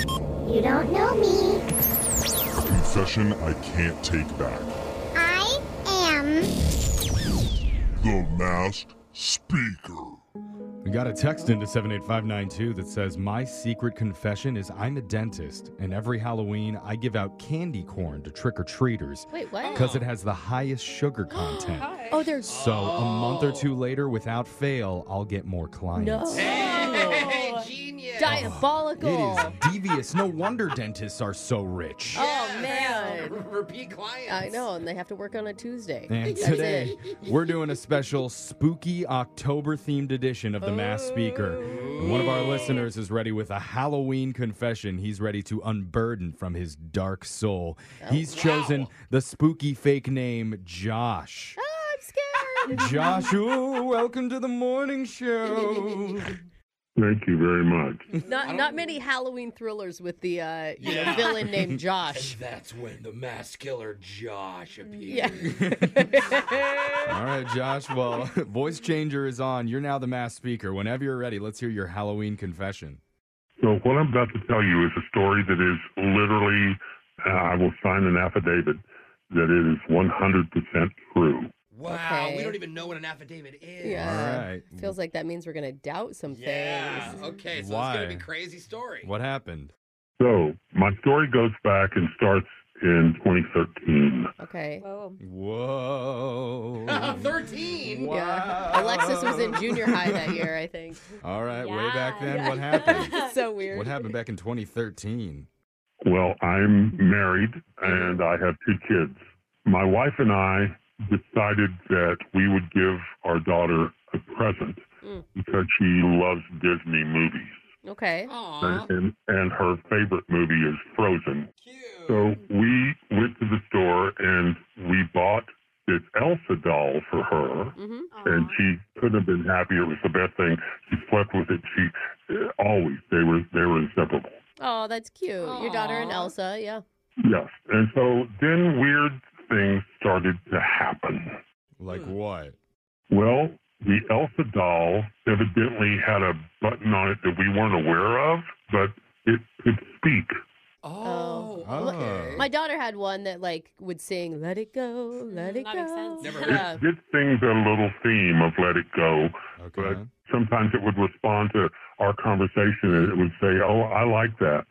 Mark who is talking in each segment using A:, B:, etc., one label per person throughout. A: You don't know me.
B: A confession I can't take back.
A: I am.
B: The Masked Speaker.
C: We got a text into 78592 that says, My secret confession is I'm a dentist, and every Halloween I give out candy corn to trick or treaters
D: Wait, what?
C: because it has the highest sugar content.
D: Oh, there's
C: So a month or two later, without fail, I'll get more
D: no.
C: clients.
D: Oh. Genius. Diabolical.
C: It is devious. No wonder dentists are so rich.
D: Oh, man.
E: Repeat clients.
D: I know, and they have to work on a Tuesday.
C: And
D: That's
C: today,
D: it.
C: we're doing a special spooky October themed edition of The Mass Speaker. And One of our listeners is ready with a Halloween confession. He's ready to unburden from his dark soul. He's chosen the spooky fake name Josh.
D: Oh, I'm scared.
C: Josh, ooh, welcome to the morning show.
B: Thank you very much.
D: Not not many Halloween thrillers with the uh,
E: Yeah.
D: villain named Josh.
E: That's when the mass killer Josh appeared.
D: Yeah.
C: All right, Josh, well, voice changer is on. You're now the mass speaker. Whenever you're ready, let's hear your Halloween confession.
B: So, what I'm about to tell you is a story that is literally, uh, I will sign an affidavit that it is 100% true.
E: Wow.
D: Okay.
E: We don't even know what an affidavit is.
C: All
D: Yeah.
C: right.
D: Feels like that means we're gonna doubt some
E: Yeah.
D: things.
E: Okay. So it's
C: Why?
E: gonna be a crazy story.
C: What happened?
B: So, my story goes back and starts in 2013.
D: Okay.
C: Whoa.
E: Thirteen.
C: Wow.
D: Yeah. Alexis was in junior high that year, I think.
C: All right, way
F: Yeah.
C: back then, what happened?
D: It's so weird.
C: what happened back in 2013?
B: Well, I'm married and I have two kids. My wife and I decided that we would give our daughter a present
D: Mm.
B: because she loves Disney movies.
D: Okay.
E: Aw.
B: And, and, and her favorite movie is Frozen.
E: Cute.
B: So we went to the store and we bought this Elsa doll for her.
D: Mm-hmm.
B: And she couldn't have been happier. It was the best thing. She slept with it. She always they were they were inseparable.
D: Oh, that's cute. Your daughter and
E: Aw.
D: Elsa. Yeah.
B: Yes. And so then weird things started to happen.
C: Like
E: Hmm.
C: what?
B: Well, the Elsa doll evidently had a button on it that we weren't aware of, but it could speak.
E: Oh.
C: Oh.
E: Okay.
D: My daughter had one that like would sing "Let It Go, Let
F: Mm,
D: It
F: that
D: Go."
F: makes sense.
E: Never heard
D: Yeah.
B: It did sing the little theme of Let It Go,
C: Okay.
B: but sometimes it would respond to our conversation and it would say, Oh, I like that.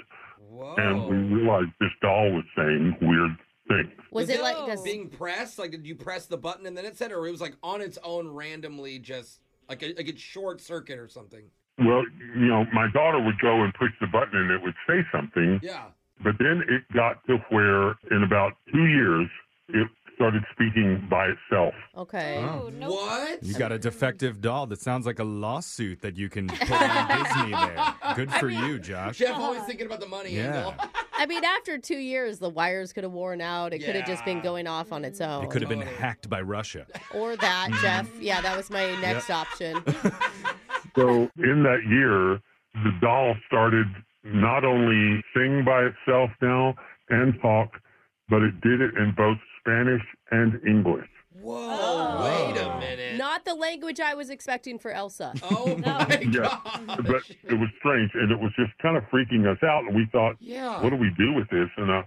E: Whoa.
B: And we realized this doll was saying weird things.
D: Was it like
F: No.
D: this?
E: being pressed? Like, did you press the button and then it said, or it was like on its own randomly, just like a, like it short circuit or something?
B: Well, you know, my daughter would go and push the button and it would say something.
E: Yeah.
B: But then it got to where, in about two years, it started speaking by itself.
D: Okay.
C: Oh.
F: Oh, no.
E: What?
C: You got a defective doll that sounds like a lawsuit that you can put on Disney there. Good for you, Josh.
E: Jeff always thinking about the money
C: Yeah.
E: angle.
D: I mean, after two years, the wires could have worn out. It could have just been
E: Yeah.
D: going off on its own.
C: It could have been
E: Totally.
C: hacked by Russia.
D: Or that,
E: Mm.
D: Jeff. Yeah, that was my next option.
B: So, in that year, the doll started not only sing by itself now and talk, but it did it in both Spanish and English.
E: Whoa,
F: Oh.
E: wait a minute.
D: Not the language I was expecting for Elsa.
E: oh my
B: Yeah. But
E: gosh.
B: it was strange, and it was just kind of freaking us out. And we thought,
E: Yeah.
B: what do we do with this? And uh,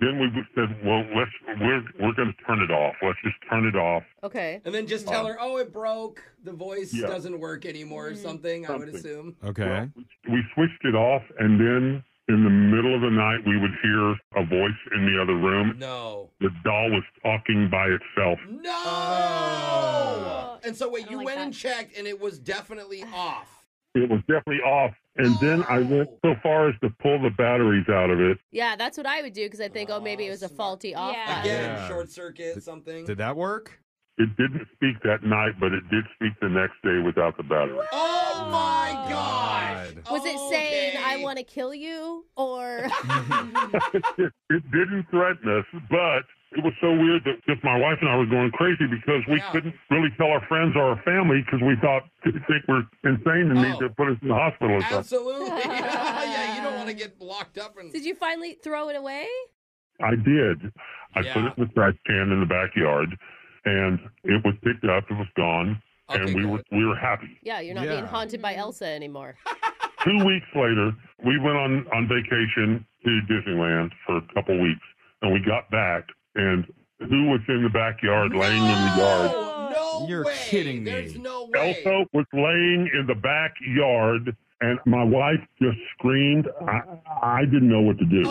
B: then we said, well, let's we're we're going to turn it off. Let's just turn it off.
D: Okay.
E: And then just tell her, oh, it broke. The voice
B: Uh, Yeah.
E: doesn't work anymore or something, I would
B: Something.
E: assume.
C: Okay.
B: we switched it off, and then in the middle of the night, we would hear a voice in the other room.
E: No.
B: The doll was talking by itself.
E: No!
C: Oh.
E: And so, wait,
F: don't
E: you
F: like
E: went
F: that.
E: and checked, and it was definitely off.
B: It was definitely off. And then I went so far as to pull the batteries out of it.
D: Yeah, that's what I would do because I think, oh, maybe it was a
E: Smart.
D: faulty off.
F: Yeah.
D: button.
E: Again,
C: Yeah.
E: short circuit, something.
C: Did that work?
B: It didn't speak that night, but it did speak the next day without the battery.
E: oh my gosh.
C: God.
D: Was it saying,
E: Okay.
D: I want to kill you? Or,
B: It, it didn't threaten us, but it was so weird that just my wife and I were going crazy because we
E: Yeah.
B: couldn't really tell our friends or our family because we thought they think we're insane and need
E: Oh.
B: to put us in the hospital or something.
E: Absolutely. yeah, yeah, you don't want to get locked up and
D: did you finally throw it away?
B: I did. I
E: Yeah.
B: put it in the trash can in the backyard, and it was picked up. It was gone,
E: Okay,
B: and we
E: good.
B: were we were happy.
D: Yeah, you're not
C: Yeah.
F: Mm.
D: being haunted by Elsa anymore.
B: Two weeks later, we went on, on vacation to Disneyland for a couple weeks, and we got back, and who was in the backyard laying in the yard?
E: No, no
C: You're
E: way.
C: kidding me.
E: There's no way.
B: Elsa was laying in the backyard, and my wife just screamed. I, I didn't know what to do.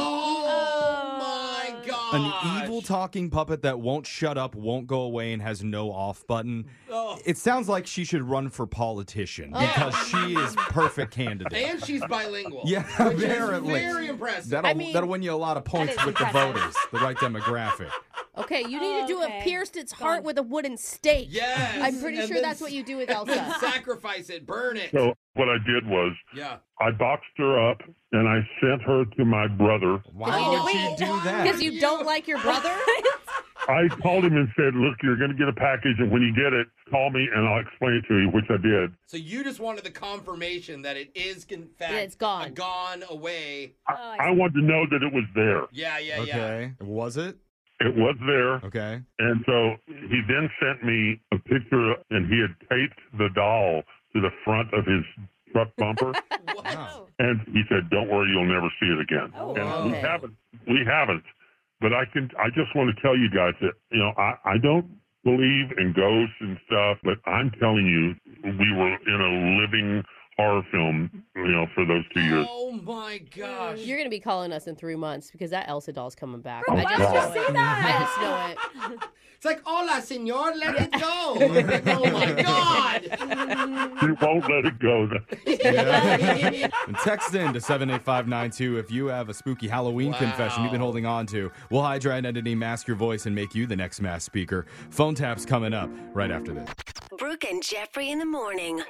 E: oh my god.
C: An evil talking puppet that won't shut up, won't go away, and has no off button.
E: Oh.
C: It sounds like she should run for politician
D: Yeah.
C: because she is perfect candidate.
E: And she's bilingual.
C: Yeah,
E: which
C: apparently.
E: Is very impressive.
C: That'll,
D: I mean,
C: that'll win you a lot of points
F: is
C: with the
F: impressive.
C: voters, the right demographic.
D: Okay, you need to do
F: Okay.
D: it. Pierced its heart with a wooden stake.
E: yes.
D: I'm pretty
E: And
D: sure
E: then
D: that's what you do with
E: And then
D: Elsa.
E: sacrifice it, burn it.
B: So what I did was
E: yeah.
B: I boxed her up and I sent her to my brother.
C: Why
D: you
C: would
D: know-
C: she do
D: Because
C: that?
D: you don't like your brother?
F: Oh,
B: I called him and said, "Look, you're going to get a package, and when you get it, call me and I'll explain it to you," which I did.
E: So you just wanted the confirmation that it is in fact
D: Yeah, it's gone.
E: gone away.
B: I wanted to know that it was there.
E: Yeah, yeah, yeah.
C: Okay. Was it?
B: It was there.
C: Okay.
B: And so he then sent me a picture, and he had taped the doll to the front of his truck bumper.
E: What?
C: Wow.
B: And he said, "Don't worry, you'll never see it again."
F: Oh,
B: and we
E: okay.
B: haven't, we haven't. But I can. I just want to tell you guys that you know I, I don't believe in ghosts and stuff, but I'm telling you, we were in a living horror film, you know, for those two years.
E: Oh my gosh.
D: You're going to be calling us in three months because that Elsa doll's coming back.
F: Bro,
D: I
F: why
D: just
F: would you
D: know
F: say
D: it. I
F: that?
D: just know it.
E: It's like, hola, senor, let it go. oh my god.
B: We won't let it go.
C: Yeah. and text in to 78592 if you have a spooky Halloween
E: Wow.
C: confession you've been holding on to. We'll hide your identity, mask your voice, and make you the next mass speaker. Phone tap's coming up right after this.
G: Brooke and Jeffrey in the morning.